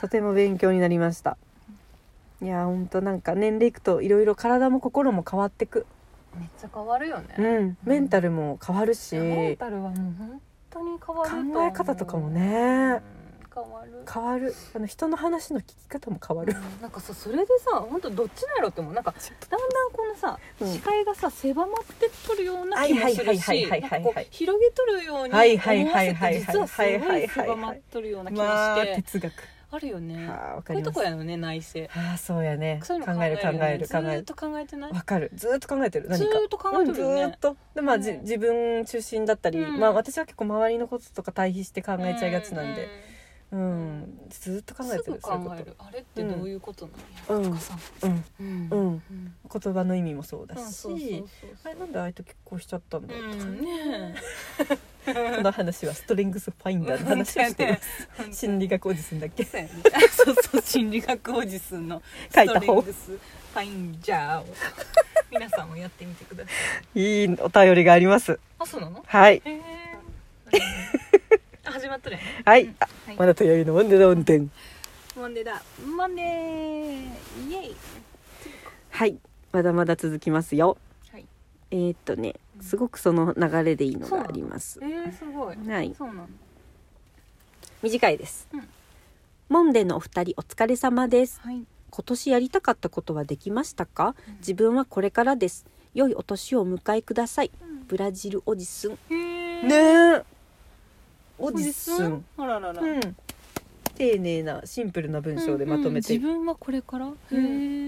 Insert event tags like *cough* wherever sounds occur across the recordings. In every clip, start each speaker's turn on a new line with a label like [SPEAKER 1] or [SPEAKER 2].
[SPEAKER 1] とても勉強になりましたいやほんとなんか年齢いくといろいろ体も心も変わってく
[SPEAKER 2] めっちゃ変わるよね、
[SPEAKER 1] うんメンタルも変わるし
[SPEAKER 2] メン
[SPEAKER 1] 考
[SPEAKER 2] タルはもう本当に変わると思う
[SPEAKER 1] え方とかも
[SPEAKER 2] うん
[SPEAKER 1] ね
[SPEAKER 2] 変わる
[SPEAKER 1] 変わるあの人の話の聞き方も変わる
[SPEAKER 2] なんかさそれでさ本当どっちなんやろって思うなんかだんだんこのさ、
[SPEAKER 1] うん
[SPEAKER 2] 視界がさ狭まってっとるような気もする
[SPEAKER 1] はい
[SPEAKER 2] し
[SPEAKER 1] はいはいはいはいはい
[SPEAKER 2] なんかこう広げとるように思
[SPEAKER 1] はい
[SPEAKER 2] わ
[SPEAKER 1] は
[SPEAKER 2] せ
[SPEAKER 1] いはいはいはい
[SPEAKER 2] て実はすごい狭まっとるような気も
[SPEAKER 1] まあ
[SPEAKER 2] して
[SPEAKER 1] *laughs* 哲学
[SPEAKER 2] あるよね
[SPEAKER 1] あーわ
[SPEAKER 2] こ
[SPEAKER 1] か
[SPEAKER 2] うい
[SPEAKER 1] り
[SPEAKER 2] うと
[SPEAKER 1] ます
[SPEAKER 2] こやのね内政
[SPEAKER 1] ああそうやね
[SPEAKER 2] そういうの
[SPEAKER 1] 考える考
[SPEAKER 2] よ
[SPEAKER 1] える
[SPEAKER 2] ね
[SPEAKER 1] 考
[SPEAKER 2] ず
[SPEAKER 1] え
[SPEAKER 2] ーっ
[SPEAKER 1] る
[SPEAKER 2] と考えてない
[SPEAKER 1] わかるずーっと考えてる
[SPEAKER 2] ず
[SPEAKER 1] 何か
[SPEAKER 2] ーっと考えてるよ
[SPEAKER 1] うん、ずー
[SPEAKER 2] ね
[SPEAKER 1] っとでまあ、じ
[SPEAKER 2] うん
[SPEAKER 1] 自分中心だったり、
[SPEAKER 2] うん
[SPEAKER 1] まあ私は結構周りのこととか対比して考えちゃいがちなんでうん、ずーっと考
[SPEAKER 2] うん
[SPEAKER 1] え
[SPEAKER 2] す
[SPEAKER 1] てる
[SPEAKER 2] ぐ
[SPEAKER 1] そういう
[SPEAKER 2] 考
[SPEAKER 1] こ
[SPEAKER 2] えるあれってどういうことなんや、
[SPEAKER 1] うん
[SPEAKER 2] とかさ
[SPEAKER 1] とうん
[SPEAKER 2] うん
[SPEAKER 1] う
[SPEAKER 2] うん
[SPEAKER 1] ん言葉の意味もそうだ
[SPEAKER 2] うん
[SPEAKER 1] し、
[SPEAKER 2] そうそうそうそう
[SPEAKER 1] あれなんでああいう時こうしちゃったんだろうとか、
[SPEAKER 2] うんね
[SPEAKER 1] この話はストレングスファインダーの話をしてます、
[SPEAKER 2] え
[SPEAKER 1] 心理学おじさんだっけ
[SPEAKER 2] そうそう心理学おじすんの
[SPEAKER 1] 書いた方
[SPEAKER 2] ストレングスファインジャーを皆さんもやってみてください
[SPEAKER 1] いいお便りがあります
[SPEAKER 2] あそうなの
[SPEAKER 1] はい
[SPEAKER 2] へえ始まっとるやん
[SPEAKER 1] はい、あ
[SPEAKER 2] はい
[SPEAKER 1] まだとやりのワンデダウンテン
[SPEAKER 2] マンデーだマンデーイエイ
[SPEAKER 1] はいまだまだ続きますよ
[SPEAKER 2] はい
[SPEAKER 1] えー、っとね
[SPEAKER 2] うん
[SPEAKER 1] すごくその流れでいいのがあります
[SPEAKER 2] えー、すごい
[SPEAKER 1] はい
[SPEAKER 2] そうなの
[SPEAKER 1] 短いです、
[SPEAKER 2] うん
[SPEAKER 1] モンデのお二人お疲れ様です
[SPEAKER 2] はい
[SPEAKER 1] 今年やりたかったことはできましたか自分はこれからです良いお年をお迎えくださいブラジルおじすん
[SPEAKER 2] へえ
[SPEAKER 1] ねお
[SPEAKER 2] おじすんあららら
[SPEAKER 1] うん丁寧なシンプルな文章でまとめて、
[SPEAKER 2] うんうん自分はこれからへえ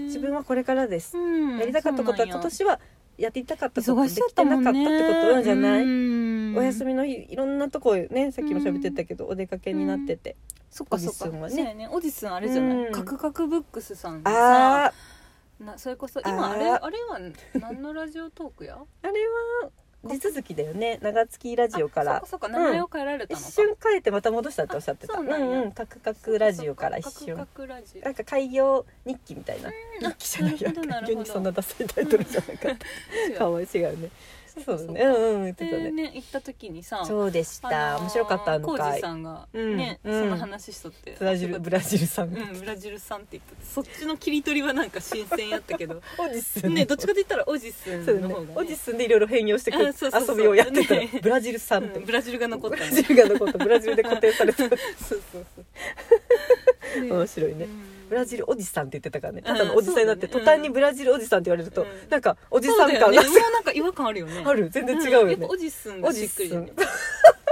[SPEAKER 1] 自分はこれからです、
[SPEAKER 2] うん
[SPEAKER 1] やりたかったことは
[SPEAKER 2] そうな
[SPEAKER 1] 今
[SPEAKER 2] んや
[SPEAKER 1] 年はやりたかったこと
[SPEAKER 2] 忙
[SPEAKER 1] で
[SPEAKER 2] し
[SPEAKER 1] き
[SPEAKER 2] かってた
[SPEAKER 1] な
[SPEAKER 2] も
[SPEAKER 1] かった
[SPEAKER 2] ん
[SPEAKER 1] っ
[SPEAKER 2] ね
[SPEAKER 1] てことなんじゃない、
[SPEAKER 2] うん
[SPEAKER 1] お休みの日いろんなとこねさっきも喋ってたけど、お出かけになってて、
[SPEAKER 2] そっか
[SPEAKER 1] オ
[SPEAKER 2] そっか
[SPEAKER 1] ジスンはね
[SPEAKER 2] そうやねオジスンあれじゃない、
[SPEAKER 1] うん
[SPEAKER 2] カクカクブックスさん
[SPEAKER 1] あ
[SPEAKER 2] さ
[SPEAKER 1] あ
[SPEAKER 2] なそれこそ
[SPEAKER 1] あー
[SPEAKER 2] 今あれあれは何のラジオトークや
[SPEAKER 1] あれは地続きだよね長月ラジオか
[SPEAKER 2] あ
[SPEAKER 1] ら
[SPEAKER 2] そっかそっか名前を変えられた
[SPEAKER 1] 一
[SPEAKER 2] のか、
[SPEAKER 1] 瞬変えてまた戻したっておっしゃってた
[SPEAKER 2] あそううんなんや
[SPEAKER 1] うんカクカクラジオから一
[SPEAKER 2] カ
[SPEAKER 1] 瞬
[SPEAKER 2] クカクラジ
[SPEAKER 1] なんか開業日記みたいな
[SPEAKER 2] うん
[SPEAKER 1] 日記じゃないや
[SPEAKER 2] なるほどなるほど
[SPEAKER 1] 急にそんなダサいタイトルじゃなかっ
[SPEAKER 2] オ
[SPEAKER 1] たかわい違うね
[SPEAKER 2] そ
[SPEAKER 1] そううだ
[SPEAKER 2] だね
[SPEAKER 1] ねうんうん言ってた
[SPEAKER 2] で
[SPEAKER 1] ね
[SPEAKER 2] ね行った時にさ
[SPEAKER 1] そうでした面白かったあの
[SPEAKER 2] 浩二
[SPEAKER 1] 回
[SPEAKER 2] さんが
[SPEAKER 1] うん
[SPEAKER 2] ね、
[SPEAKER 1] うん
[SPEAKER 2] その話しとって
[SPEAKER 1] ブラジルブラジルさん
[SPEAKER 2] うん、ブラジルさんって言っててそっちの切り取りはなんか新鮮やったけど
[SPEAKER 1] オジス
[SPEAKER 2] ねどっちかと言ったらオジス
[SPEAKER 1] そう
[SPEAKER 2] ン
[SPEAKER 1] だ
[SPEAKER 2] の
[SPEAKER 1] ね
[SPEAKER 2] 方が、ね
[SPEAKER 1] オジスンでいろいろ変容してこう
[SPEAKER 2] あそうそうそう
[SPEAKER 1] 遊びをやってたら
[SPEAKER 2] ね
[SPEAKER 1] ブラジルさんっ
[SPEAKER 2] う
[SPEAKER 1] て
[SPEAKER 2] んブラジルが残っ
[SPEAKER 1] ブ
[SPEAKER 2] た
[SPEAKER 1] ラ
[SPEAKER 2] ね
[SPEAKER 1] ジルが残ったブラジルで固定された
[SPEAKER 2] *laughs* そうそうそうね
[SPEAKER 1] 面白いね
[SPEAKER 2] うん
[SPEAKER 1] ブラジルおじさんって言ってたからね
[SPEAKER 2] うん
[SPEAKER 1] ただのおじさんになって
[SPEAKER 2] そうだ
[SPEAKER 1] 途
[SPEAKER 2] ね
[SPEAKER 1] 端にブラジルおじさんって言われると
[SPEAKER 2] うん
[SPEAKER 1] なんかおじ
[SPEAKER 2] そ
[SPEAKER 1] さ
[SPEAKER 2] うんだ
[SPEAKER 1] 感
[SPEAKER 2] よね
[SPEAKER 1] が
[SPEAKER 2] もう
[SPEAKER 1] *laughs*
[SPEAKER 2] なんか違和感あるよね
[SPEAKER 1] ある全然違う
[SPEAKER 2] や
[SPEAKER 1] よ
[SPEAKER 2] っぱ
[SPEAKER 1] ね
[SPEAKER 2] おじすん
[SPEAKER 1] お
[SPEAKER 2] がし
[SPEAKER 1] じ
[SPEAKER 2] っくり
[SPEAKER 1] す
[SPEAKER 2] だ
[SPEAKER 1] ん
[SPEAKER 2] ね
[SPEAKER 1] *laughs*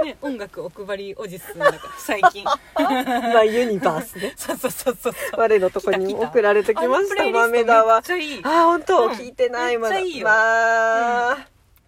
[SPEAKER 2] ね音楽お配りおじすんだから最近
[SPEAKER 1] マイユニバース
[SPEAKER 2] *laughs*
[SPEAKER 1] ね
[SPEAKER 2] そうそうそうそう
[SPEAKER 1] 我のとこにも送られてきました豆田
[SPEAKER 2] めっ
[SPEAKER 1] は
[SPEAKER 2] ちゃいい
[SPEAKER 1] あー本当、
[SPEAKER 2] うん
[SPEAKER 1] 聞いてないまだ
[SPEAKER 2] めっちゃいいよ
[SPEAKER 1] まあ、
[SPEAKER 2] うん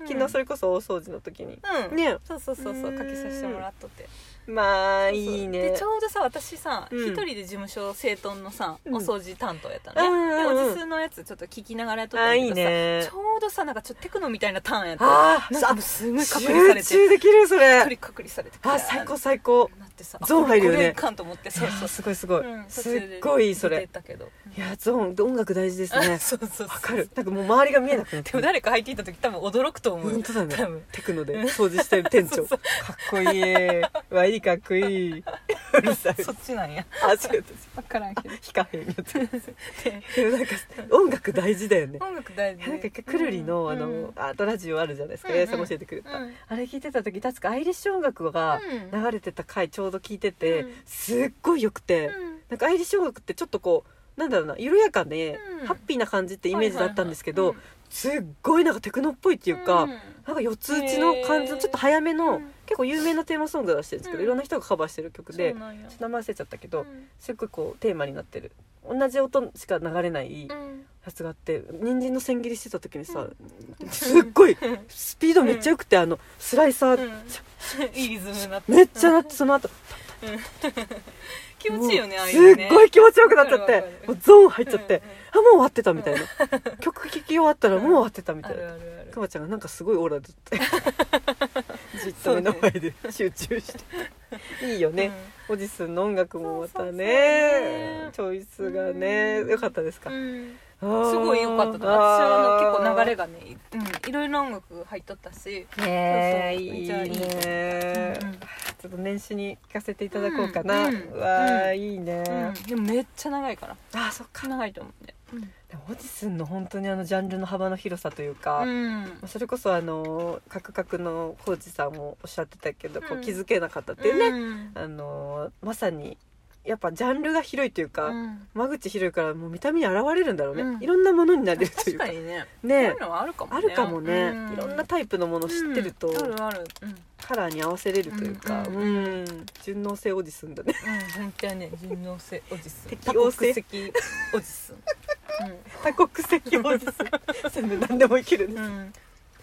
[SPEAKER 1] 昨日それこそ大掃除の時に、
[SPEAKER 2] うん
[SPEAKER 1] ね
[SPEAKER 2] そうそうそうそううんかけさせてもらっとって
[SPEAKER 1] まあ
[SPEAKER 2] そうそう
[SPEAKER 1] いいね
[SPEAKER 2] でちょうどさ私さ
[SPEAKER 1] うん
[SPEAKER 2] 一人で事務所整頓のさ
[SPEAKER 1] う
[SPEAKER 2] お
[SPEAKER 1] ん
[SPEAKER 2] 掃除担当やった
[SPEAKER 1] うんうん
[SPEAKER 2] の
[SPEAKER 1] うん
[SPEAKER 2] ねでおじすんのやつちょっと聞きながらやっとったんだけ
[SPEAKER 1] あ
[SPEAKER 2] ど
[SPEAKER 1] いいね
[SPEAKER 2] さちょうどさなんかちょっとテクノみたいなターンやった
[SPEAKER 1] あ
[SPEAKER 2] なん
[SPEAKER 1] ー
[SPEAKER 2] か
[SPEAKER 1] あ
[SPEAKER 2] もうすごい隔離
[SPEAKER 1] 集
[SPEAKER 2] されて一
[SPEAKER 1] 中できるそれ
[SPEAKER 2] 人隔離されて
[SPEAKER 1] あ最高最高
[SPEAKER 2] なってさ
[SPEAKER 1] ゾーン入るよね
[SPEAKER 2] これいかんと思って
[SPEAKER 1] そ
[SPEAKER 2] そうう
[SPEAKER 1] そ
[SPEAKER 2] そうう
[SPEAKER 1] すごいす *laughs* ごい、
[SPEAKER 2] うん途
[SPEAKER 1] す
[SPEAKER 2] 中で
[SPEAKER 1] っごいそ
[SPEAKER 2] 出
[SPEAKER 1] れ
[SPEAKER 2] てたけど
[SPEAKER 1] いやゾーン音楽大事ですね
[SPEAKER 2] *laughs* そうそうそう
[SPEAKER 1] わかるなんかもう周りが見えなくなって
[SPEAKER 2] で
[SPEAKER 1] く
[SPEAKER 2] も
[SPEAKER 1] る
[SPEAKER 2] 誰か入っていった時多分驚くと思う
[SPEAKER 1] 本当だ
[SPEAKER 2] 多
[SPEAKER 1] ね
[SPEAKER 2] 分
[SPEAKER 1] テクノで掃除してる店長
[SPEAKER 2] *laughs* そうそう
[SPEAKER 1] かっこいいわいいかっこいいうるさい
[SPEAKER 2] そっちなんや
[SPEAKER 1] あ違う
[SPEAKER 2] 分からん
[SPEAKER 1] *laughs*
[SPEAKER 2] けど
[SPEAKER 1] ヒカヘンやってるでもなんか音楽大事だよね
[SPEAKER 2] 音楽大事
[SPEAKER 1] なんか一回くるりのあの、
[SPEAKER 2] うん
[SPEAKER 1] アートラジオあるじゃないですか、
[SPEAKER 2] うんうん
[SPEAKER 1] 八重さん教えてくれた、あれ聞いてた時確かアイリッシュ音楽が
[SPEAKER 2] うん
[SPEAKER 1] 流れてた回ちょうど聞いてて、
[SPEAKER 2] うん
[SPEAKER 1] すっごい良くて、なんかアイリッシュ音楽ってちょっとこうなんだろうな緩やかで、
[SPEAKER 2] うん
[SPEAKER 1] ハッピーな感じってイメージだったんですけど、
[SPEAKER 2] はいはいは
[SPEAKER 1] すっごいなんかテクノっぽいっていうか、
[SPEAKER 2] うん
[SPEAKER 1] なんか四つ打ちの感じの
[SPEAKER 2] へー
[SPEAKER 1] ちょっと早めの、
[SPEAKER 2] うん
[SPEAKER 1] 結構有名なテーマソング出してるんですけど、
[SPEAKER 2] うん
[SPEAKER 1] いろんな人がカバーしてる曲で
[SPEAKER 2] そうなんや
[SPEAKER 1] ちょっと名前忘れちゃったけど、
[SPEAKER 2] うん
[SPEAKER 1] すっごいこうテーマになってる同じ音しか流れない、
[SPEAKER 2] うん
[SPEAKER 1] やつがあって人参の千切りしてた時にさ、
[SPEAKER 2] ん
[SPEAKER 1] すっご
[SPEAKER 2] *laughs*
[SPEAKER 1] いスピードめっちゃ良くて、あのスライサー、
[SPEAKER 2] うん *laughs* いいリズムになって
[SPEAKER 1] めっちゃなってその後
[SPEAKER 2] *laughs* 気持ちいいよね
[SPEAKER 1] も
[SPEAKER 2] あ
[SPEAKER 1] う
[SPEAKER 2] あ
[SPEAKER 1] す
[SPEAKER 2] う
[SPEAKER 1] っごい気持ちよくなっちゃっ
[SPEAKER 2] わかるわ
[SPEAKER 1] て
[SPEAKER 2] か
[SPEAKER 1] も
[SPEAKER 2] る
[SPEAKER 1] うゾーン入っちゃって、あもう終わってたみたいな、曲聴き終わったらもう終わってたみ
[SPEAKER 2] あ
[SPEAKER 1] たい
[SPEAKER 2] る
[SPEAKER 1] な、
[SPEAKER 2] あるある
[SPEAKER 1] くまちゃんがなんかすごいオーラだ
[SPEAKER 2] *laughs*
[SPEAKER 1] ってじっと目の前で集中していいよね、おじすんの音楽もまたねチョイスがね
[SPEAKER 2] うん
[SPEAKER 1] 良かったですか、
[SPEAKER 2] う
[SPEAKER 1] あ
[SPEAKER 2] ん
[SPEAKER 1] ー
[SPEAKER 2] すごい良かったと思う私はあの結構流れがね、うん、いろいろな音楽入っとったし、
[SPEAKER 1] ねえ
[SPEAKER 2] そうそう
[SPEAKER 1] いい
[SPEAKER 2] めっちゃいい
[SPEAKER 1] ね
[SPEAKER 2] うんう
[SPEAKER 1] ち
[SPEAKER 2] ん
[SPEAKER 1] ょっと年始に聞かせていただこうかな、
[SPEAKER 2] う
[SPEAKER 1] うん
[SPEAKER 2] うん
[SPEAKER 1] わー、いいね、
[SPEAKER 2] うん、でもめっちゃ長いから
[SPEAKER 1] あーそっか
[SPEAKER 2] 長いと思うんで
[SPEAKER 1] でもオジスンの本当にあのジャンルの幅の広さというか、
[SPEAKER 2] うん
[SPEAKER 1] それこそあのカクカクの浩二さんもおっしゃってたけど、こ
[SPEAKER 2] う
[SPEAKER 1] うん気づけなかったっていうね、
[SPEAKER 2] うん
[SPEAKER 1] あのまさにやっぱジャンルが広いというか、
[SPEAKER 2] うん
[SPEAKER 1] 間口広いからもう見た目に現れるんだろうね、
[SPEAKER 2] うん
[SPEAKER 1] いろんなものになれるとい
[SPEAKER 2] 確
[SPEAKER 1] うか
[SPEAKER 2] かにねそうい
[SPEAKER 1] ね
[SPEAKER 2] うのはあるかもね
[SPEAKER 1] あるかもね、
[SPEAKER 2] う
[SPEAKER 1] いろんなタイプのものを知ってると、
[SPEAKER 2] うんあるあるうんうん
[SPEAKER 1] カラーに合わせれるというか、
[SPEAKER 2] う
[SPEAKER 1] うんん順応性おじすんだね
[SPEAKER 2] 本当やね人狼性おじす
[SPEAKER 1] 適応性
[SPEAKER 2] *laughs* 多国籍おじすうん
[SPEAKER 1] 多国
[SPEAKER 2] *laughs*
[SPEAKER 1] 籍おじすん全部何でもいけるね、
[SPEAKER 2] うん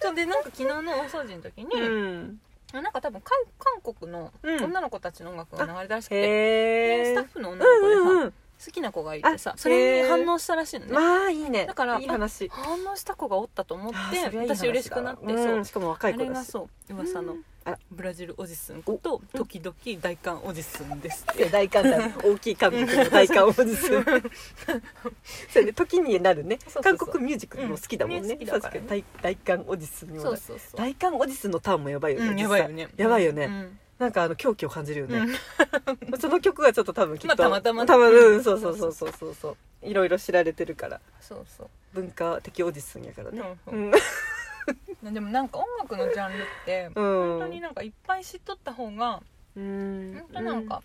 [SPEAKER 2] そうでなんか昨日の大掃除の時に、
[SPEAKER 1] うん、
[SPEAKER 2] なんか多分韓韓国の
[SPEAKER 1] うん
[SPEAKER 2] 女の子たちの音楽が流れたらしくて、で
[SPEAKER 1] へ
[SPEAKER 2] ス
[SPEAKER 1] え
[SPEAKER 2] タッフの女の子でさ、
[SPEAKER 1] うんうんうん
[SPEAKER 2] 好きな子がいてさ
[SPEAKER 1] あ
[SPEAKER 2] それに反応したらしいのね、
[SPEAKER 1] まあいいね
[SPEAKER 2] だから
[SPEAKER 1] いい話
[SPEAKER 2] 反応した子がおったと思って
[SPEAKER 1] あーそれはいい話
[SPEAKER 2] 私
[SPEAKER 1] だ
[SPEAKER 2] 嬉しくなって、
[SPEAKER 1] うん
[SPEAKER 2] そう
[SPEAKER 1] しかも
[SPEAKER 2] あ
[SPEAKER 1] 若い子
[SPEAKER 2] れ
[SPEAKER 1] だ
[SPEAKER 2] が
[SPEAKER 1] し
[SPEAKER 2] そう噂の
[SPEAKER 1] うんあら
[SPEAKER 2] ブラジルおじすんこと時々大韓おじすんですって
[SPEAKER 1] いや大寒だ大きい韓国の大韓おじすん *laughs* それで時になるね
[SPEAKER 2] そうそうそう
[SPEAKER 1] 韓国ミュージックも好きだもん
[SPEAKER 2] うんね
[SPEAKER 1] ね
[SPEAKER 2] 好きだ
[SPEAKER 1] 確
[SPEAKER 2] か
[SPEAKER 1] から
[SPEAKER 2] ね
[SPEAKER 1] に大大韓おじすんよう
[SPEAKER 2] そう
[SPEAKER 1] な
[SPEAKER 2] そうそう、
[SPEAKER 1] 大韓おじすんのターンもやばいよね
[SPEAKER 2] うん、
[SPEAKER 1] 実
[SPEAKER 2] やば
[SPEAKER 1] 際
[SPEAKER 2] いよね
[SPEAKER 1] やばいよね、
[SPEAKER 2] うん
[SPEAKER 1] なんかあの狂気を感じるよ
[SPEAKER 2] うん
[SPEAKER 1] ね、その曲がちょっと多分きっと、
[SPEAKER 2] まあたまたま
[SPEAKER 1] 多分、
[SPEAKER 2] う
[SPEAKER 1] うんん、そうそうそうそうそうそういろいろ知られてるから
[SPEAKER 2] そうそう
[SPEAKER 1] 文化的おじすんやからね
[SPEAKER 2] う
[SPEAKER 1] うん、
[SPEAKER 2] でもなんか音楽のジャンルって
[SPEAKER 1] 本
[SPEAKER 2] 本当になんかいっぱい知っとった方が
[SPEAKER 1] うん
[SPEAKER 2] 本当なんか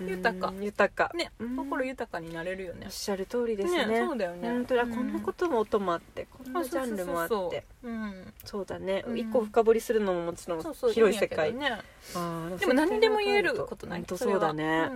[SPEAKER 2] 豊か
[SPEAKER 1] うん豊か
[SPEAKER 2] ね
[SPEAKER 1] うん
[SPEAKER 2] 心豊かになれるよね
[SPEAKER 1] おっしゃる通りですね
[SPEAKER 2] そうだよね
[SPEAKER 1] 本当だ、こんなことも音もあってこん
[SPEAKER 2] あ
[SPEAKER 1] なジ
[SPEAKER 2] そう
[SPEAKER 1] ャ
[SPEAKER 2] そうそうそう
[SPEAKER 1] ンルもあってそう
[SPEAKER 2] うん
[SPEAKER 1] だね、
[SPEAKER 2] うん
[SPEAKER 1] 一個深掘りするのももちろん
[SPEAKER 2] そうそう
[SPEAKER 1] 広い世界、
[SPEAKER 2] 意味やけどね
[SPEAKER 1] あー
[SPEAKER 2] でも何でも言えることない
[SPEAKER 1] 本当そうだね、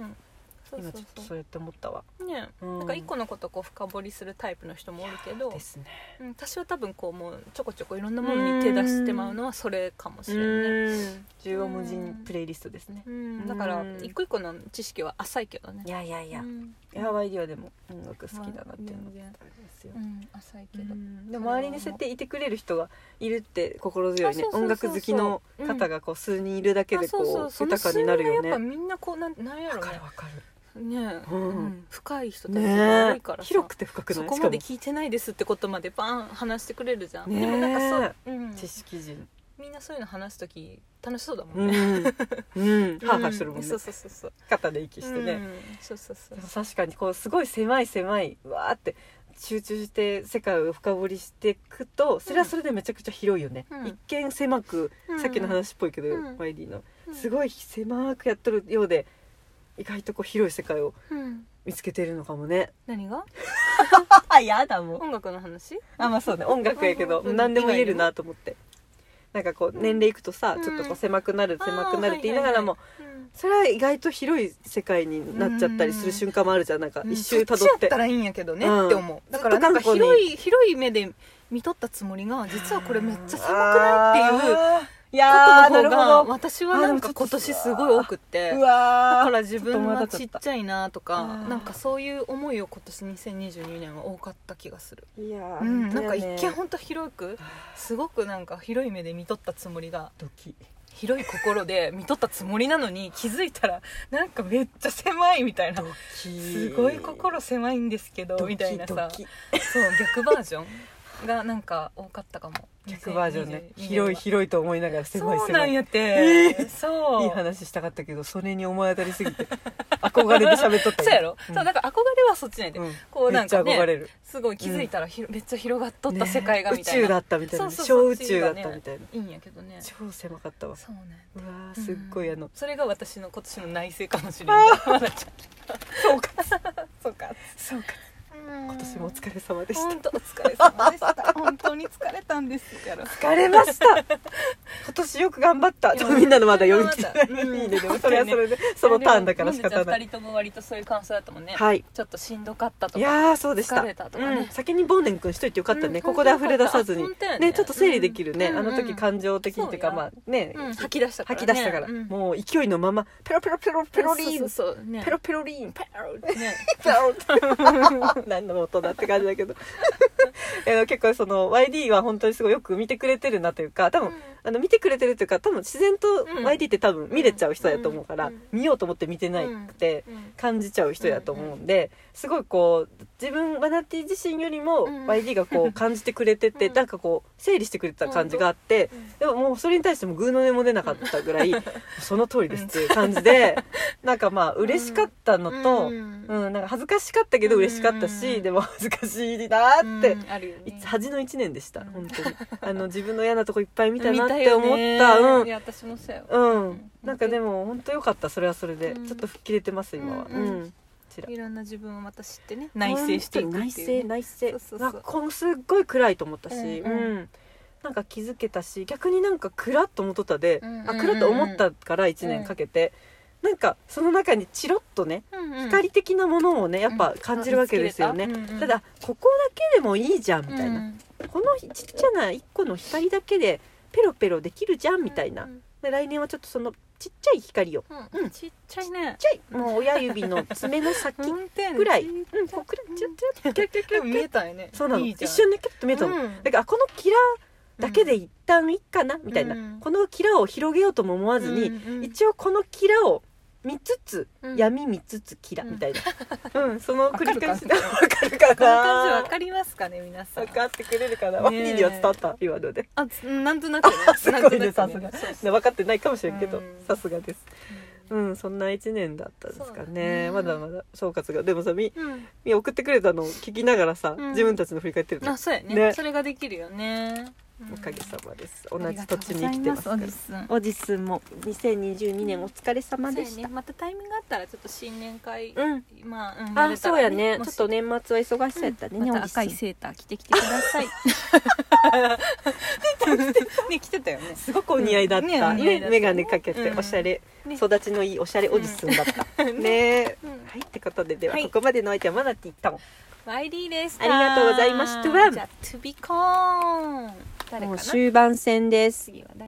[SPEAKER 2] それ
[SPEAKER 1] 今
[SPEAKER 2] はうん
[SPEAKER 1] ちょっとそ
[SPEAKER 2] そうそう
[SPEAKER 1] やって思ったわ、
[SPEAKER 2] うね
[SPEAKER 1] うん
[SPEAKER 2] なんか一個のことをこう深掘りするタイプの人もおるけど
[SPEAKER 1] ですね
[SPEAKER 2] うん私は多分こうもうちょこちょこいろんなものに手出してまうのはそれかもしれんね
[SPEAKER 1] うん縦横無尽プレイリストですね、
[SPEAKER 2] うんだから一個一個の知識は浅いけどね
[SPEAKER 1] いやいやいや、
[SPEAKER 2] うん
[SPEAKER 1] ハワイではでも音楽好きだなっていうのがありますよ、
[SPEAKER 2] うん浅いけど
[SPEAKER 1] うんでも周りにそうやっていてくれる人がいるって心強いね
[SPEAKER 2] あそうそう
[SPEAKER 1] 音
[SPEAKER 2] そうそう
[SPEAKER 1] 楽好きの方がこう数人いるだけでこう
[SPEAKER 2] あそうそう
[SPEAKER 1] 豊かになるよ
[SPEAKER 2] その数年
[SPEAKER 1] ね
[SPEAKER 2] やっぱみんなこうなんなんや
[SPEAKER 1] わ
[SPEAKER 2] ろ
[SPEAKER 1] かるわか
[SPEAKER 2] ねねえ、
[SPEAKER 1] うん
[SPEAKER 2] うん深い人
[SPEAKER 1] る
[SPEAKER 2] たちが多いからさ、
[SPEAKER 1] 広くて深くな
[SPEAKER 2] そ
[SPEAKER 1] い
[SPEAKER 2] こ
[SPEAKER 1] し
[SPEAKER 2] ま
[SPEAKER 1] か
[SPEAKER 2] で
[SPEAKER 1] も
[SPEAKER 2] 聞いてないですってことまでバーン話してくれるじゃん、
[SPEAKER 1] ねえ
[SPEAKER 2] でもなんかそう、うん、
[SPEAKER 1] 知識人
[SPEAKER 2] みんなそういうの話す時楽しそうだも
[SPEAKER 1] *laughs* うん
[SPEAKER 2] ね、
[SPEAKER 1] んうん
[SPEAKER 2] うん
[SPEAKER 1] ハーハーしてるもんね
[SPEAKER 2] そうそうそうそう
[SPEAKER 1] 肩で息して
[SPEAKER 2] う
[SPEAKER 1] ね
[SPEAKER 2] んそうそうそう
[SPEAKER 1] でも確かにこうすごい狭い狭いわーって集中して世界を深掘りしていくとそれはそれでめちゃくちゃ広いよね
[SPEAKER 2] うん
[SPEAKER 1] 一見狭く
[SPEAKER 2] うん
[SPEAKER 1] さっきの話っぽいけど
[SPEAKER 2] うん
[SPEAKER 1] マイリーの
[SPEAKER 2] うん
[SPEAKER 1] すごい狭くやっとるようで意外とこう広い世界を
[SPEAKER 2] うん
[SPEAKER 1] 見つけてるのかもね。
[SPEAKER 2] 何が
[SPEAKER 1] *laughs* あやだもん。
[SPEAKER 2] 音楽の話
[SPEAKER 1] あまあそうね音楽やけど
[SPEAKER 2] うんうん
[SPEAKER 1] 何でも言えるなと思って。なんかこう年齢いくとさ
[SPEAKER 2] うん
[SPEAKER 1] ちょっとこう狭くなる狭くなるって言いながらも
[SPEAKER 2] うん
[SPEAKER 1] それは意外と広い世界になっちゃったりする瞬間もあるじゃんなんか一周
[SPEAKER 2] そ
[SPEAKER 1] た
[SPEAKER 2] っち
[SPEAKER 1] ど
[SPEAKER 2] や
[SPEAKER 1] っ
[SPEAKER 2] ってた。らいいんやけどね、
[SPEAKER 1] うん
[SPEAKER 2] って思うだから
[SPEAKER 1] ずっと
[SPEAKER 2] な
[SPEAKER 1] 韓
[SPEAKER 2] んか
[SPEAKER 1] 国に
[SPEAKER 2] 広い広い目で見とったつもりが実はこれめっちゃ狭くないっていう
[SPEAKER 1] い
[SPEAKER 2] こ
[SPEAKER 1] やーな
[SPEAKER 2] との
[SPEAKER 1] る
[SPEAKER 2] 方が
[SPEAKER 1] ほど。
[SPEAKER 2] 私はなんか今年すごい多くって
[SPEAKER 1] う
[SPEAKER 2] だか
[SPEAKER 1] わ
[SPEAKER 2] ら自分はちっちゃいなと
[SPEAKER 1] ちょっと
[SPEAKER 2] か
[SPEAKER 1] 思わなかった
[SPEAKER 2] なんかそういう思いを今年2022年は多かった気がする、
[SPEAKER 1] ーいやー
[SPEAKER 2] うん、なんか
[SPEAKER 1] 本
[SPEAKER 2] 一
[SPEAKER 1] 当やね
[SPEAKER 2] 見ほんと広くすごくなんか広い目で見とったつもりが
[SPEAKER 1] ドキ
[SPEAKER 2] 広い心で見とったつもりなのに気づいたらなんかめっちゃ狭いみたいな
[SPEAKER 1] ドキ
[SPEAKER 2] すごい心狭いんですけど
[SPEAKER 1] ドキ
[SPEAKER 2] みたいな
[SPEAKER 1] ド
[SPEAKER 2] さ
[SPEAKER 1] キ
[SPEAKER 2] そう逆バージョンがなんか多かったかも
[SPEAKER 1] 逆バージョンね
[SPEAKER 2] 2022
[SPEAKER 1] 広い広いと思いながら狭い狭い
[SPEAKER 2] そうなんやって、
[SPEAKER 1] えー
[SPEAKER 2] そう
[SPEAKER 1] いい話したかったけどそれに思い当たりすぎて *laughs* 憧れで喋っとった
[SPEAKER 2] そうやろ、
[SPEAKER 1] ん
[SPEAKER 2] *laughs* そうだから憧れはそっちなんやで、
[SPEAKER 1] うん
[SPEAKER 2] こうなんか
[SPEAKER 1] めっちゃ憧れ
[SPEAKER 2] ね
[SPEAKER 1] る
[SPEAKER 2] すごい気づいたらひろ、めっちゃ広がっとった世界が
[SPEAKER 1] ね
[SPEAKER 2] みたいな、
[SPEAKER 1] 宇宙だったみたいなね
[SPEAKER 2] そうそうそ
[SPEAKER 1] 小
[SPEAKER 2] う
[SPEAKER 1] 宇宙だったみたいな、
[SPEAKER 2] いいんやけどね
[SPEAKER 1] 超狭かったわ
[SPEAKER 2] そうね
[SPEAKER 1] うわーすっごいあの、
[SPEAKER 2] それが私の今年の内政かもしれないまだちゃん
[SPEAKER 1] そうか
[SPEAKER 2] そうか
[SPEAKER 1] そうか
[SPEAKER 2] 今
[SPEAKER 1] 今年もお疲れ様でした
[SPEAKER 2] 本当お疲れ様でした本当に疲れたんですから
[SPEAKER 1] 疲れました今年よく頑張った
[SPEAKER 2] いや
[SPEAKER 1] みんなのまだ読み切らない、
[SPEAKER 2] うん
[SPEAKER 1] いいねでもそれはそれで、 *laughs* そのターンだから仕方ない
[SPEAKER 2] 二人とも割とそういう感想だったもんね、
[SPEAKER 1] はい
[SPEAKER 2] ちょっとしんどかったとか
[SPEAKER 1] いやーそうでした
[SPEAKER 2] 疲れたとかね
[SPEAKER 1] うん、先に忘年くんしといてよかったね、
[SPEAKER 2] うん
[SPEAKER 1] ここで溢れ出さずに
[SPEAKER 2] 本当やね
[SPEAKER 1] ねちょっと整理できるね、
[SPEAKER 2] うん
[SPEAKER 1] あの時感情的にというか
[SPEAKER 2] そうや
[SPEAKER 1] まあね、
[SPEAKER 2] うん、吐き出したから、
[SPEAKER 1] 吐
[SPEAKER 2] ね、
[SPEAKER 1] き出したから、
[SPEAKER 2] うん
[SPEAKER 1] もう勢いのままペロペロペロペロリーン
[SPEAKER 2] そうそうそうね
[SPEAKER 1] ペロペロリーンペ
[SPEAKER 2] ペロね
[SPEAKER 1] ロペロって何の音だって感じ *laughs* だけどえー結構その YD は本当にすごいよく見てくれてるなというか多分、
[SPEAKER 2] うん
[SPEAKER 1] あの見てくれてるっていうか多分自然と
[SPEAKER 2] うん
[SPEAKER 1] YD って多分見れちゃう人やと思うから、
[SPEAKER 2] うんうん
[SPEAKER 1] 見ようと思って見てなくて感じちゃう人やと思うんで、すごいこう自分バナティ自身よりも
[SPEAKER 2] うん
[SPEAKER 1] YD がこう感じてくれてて、
[SPEAKER 2] うん
[SPEAKER 1] なんかこう整理してくれてた感じがあって、でももうそれに対してもグーの音も出なかったぐらい、その通りですっていう感じで、なんかまあ嬉しかったのと、
[SPEAKER 2] うん
[SPEAKER 1] うん、なんか恥ずかしかったけど嬉しかったし、
[SPEAKER 2] うん
[SPEAKER 1] でも恥ずかしいなーって、
[SPEAKER 2] うんあるよ
[SPEAKER 1] い
[SPEAKER 2] ね
[SPEAKER 1] つ恥の1年でした
[SPEAKER 2] うん
[SPEAKER 1] 本当にあの自分の嫌なとこいっぱい見たなっ
[SPEAKER 2] 見
[SPEAKER 1] て
[SPEAKER 2] よ
[SPEAKER 1] 思
[SPEAKER 2] ね
[SPEAKER 1] った
[SPEAKER 2] いや私もそうよ
[SPEAKER 1] うん、う
[SPEAKER 2] うん
[SPEAKER 1] ん、なんかでも本当良かったそれはそれで、
[SPEAKER 2] うん
[SPEAKER 1] ちょっと吹っ切れてます今は
[SPEAKER 2] う
[SPEAKER 1] うんん、
[SPEAKER 2] うん
[SPEAKER 1] こちら
[SPEAKER 2] いろんな自分をまた知ってね内省していくっていうね
[SPEAKER 1] 本当に内省内省
[SPEAKER 2] そうそうそう
[SPEAKER 1] なんかこのすっごい暗いと思ったし
[SPEAKER 2] う
[SPEAKER 1] うんん、
[SPEAKER 2] うん
[SPEAKER 1] なんか気づけたし逆になんか暗っと思っとったで、
[SPEAKER 2] うんうんうん
[SPEAKER 1] あ暗っと思ったから1年かけて、なんかその中にチロッとね
[SPEAKER 2] うんうん
[SPEAKER 1] 光的なものをねやっぱ感じるわけですよね、
[SPEAKER 2] うんうん
[SPEAKER 1] ただここだけでもいいじゃんみたいな、
[SPEAKER 2] うん
[SPEAKER 1] このちっちゃな1個の光だけでペロペロできるじゃんみたいな
[SPEAKER 2] うん
[SPEAKER 1] で来年はちょっとそのちっちゃい光をちっ
[SPEAKER 2] うんうんちっちゃいね
[SPEAKER 1] ちゃいもう親指の爪の先
[SPEAKER 2] 本店
[SPEAKER 1] ぐらい、
[SPEAKER 2] ち
[SPEAKER 1] うん、こうくらいちょっ
[SPEAKER 2] っちゃいキャッキャッキャッキャッ見えたよね
[SPEAKER 1] とそうなの
[SPEAKER 2] いいじゃ
[SPEAKER 1] 一
[SPEAKER 2] ん
[SPEAKER 1] 瞬ねキュッと見えたの、
[SPEAKER 2] うん
[SPEAKER 1] だからこのキラーだけで一旦いいかなみたいな、
[SPEAKER 2] うん
[SPEAKER 1] このキラーを広げようとも思わずに、
[SPEAKER 2] うんうん
[SPEAKER 1] 一応このキラーを見つつ、
[SPEAKER 2] うん
[SPEAKER 1] 闇見つつキラーみたいな、うんその繰り返しで
[SPEAKER 2] わ
[SPEAKER 1] わかるか
[SPEAKER 2] この感じ
[SPEAKER 1] な
[SPEAKER 2] わかりますかね皆さん
[SPEAKER 1] 分かってくれるかな、
[SPEAKER 2] ねえ
[SPEAKER 1] ワニには伝わった今ので
[SPEAKER 2] あつなんとなくね
[SPEAKER 1] *laughs* あすごいね
[SPEAKER 2] なんとなくね
[SPEAKER 1] さね分かってないかもしれんけ
[SPEAKER 2] う
[SPEAKER 1] ど
[SPEAKER 2] ん
[SPEAKER 1] さすがですうんそんな1年だったです
[SPEAKER 2] そ
[SPEAKER 1] か
[SPEAKER 2] うだね
[SPEAKER 1] ねまだまだ総括がでもさみ
[SPEAKER 2] うん
[SPEAKER 1] み送ってくれたのを聞きながらさ、
[SPEAKER 2] うん
[SPEAKER 1] 自分たちの振り返ってるの
[SPEAKER 2] あそうやね
[SPEAKER 1] ね
[SPEAKER 2] それができるよねうん
[SPEAKER 1] おかげさまです
[SPEAKER 2] あ
[SPEAKER 1] 同じ
[SPEAKER 2] りが
[SPEAKER 1] 土
[SPEAKER 2] と
[SPEAKER 1] 地
[SPEAKER 2] うご
[SPEAKER 1] に
[SPEAKER 2] ざ
[SPEAKER 1] 来
[SPEAKER 2] い
[SPEAKER 1] て
[SPEAKER 2] ま
[SPEAKER 1] ますすから
[SPEAKER 2] おじさん
[SPEAKER 1] おじすも2022年お疲れ様で
[SPEAKER 2] そう
[SPEAKER 1] し
[SPEAKER 2] や
[SPEAKER 1] た
[SPEAKER 2] ねまたタイミングあったらちょっと新年会
[SPEAKER 1] うん
[SPEAKER 2] まあ、ん
[SPEAKER 1] あそうやね
[SPEAKER 2] も
[SPEAKER 1] ちょ
[SPEAKER 2] し
[SPEAKER 1] っと年末は忙しそうやったね、
[SPEAKER 2] ま
[SPEAKER 1] お
[SPEAKER 2] た
[SPEAKER 1] じ
[SPEAKER 2] 赤い
[SPEAKER 1] す
[SPEAKER 2] セーター着てきてくだ
[SPEAKER 1] *laughs*
[SPEAKER 2] さい。ね着てたよね。
[SPEAKER 1] すごくお似合いだった、
[SPEAKER 2] ねお似合
[SPEAKER 1] ね
[SPEAKER 2] いだったね
[SPEAKER 1] 眼鏡かけて、
[SPEAKER 2] うん
[SPEAKER 1] おしゃれ、
[SPEAKER 2] ね
[SPEAKER 1] 育ちのいいおしゃれおじすんだった、
[SPEAKER 2] うん
[SPEAKER 1] ねえ
[SPEAKER 2] うん
[SPEAKER 1] はいってことででは、
[SPEAKER 2] はい
[SPEAKER 1] ここまでのお相手はマナティタモン
[SPEAKER 2] ワイリーでした。
[SPEAKER 1] ありがとうございました
[SPEAKER 2] じゃあ、トゥビコーン。誰か
[SPEAKER 1] もう
[SPEAKER 2] な
[SPEAKER 1] 終盤戦です
[SPEAKER 2] 次は誰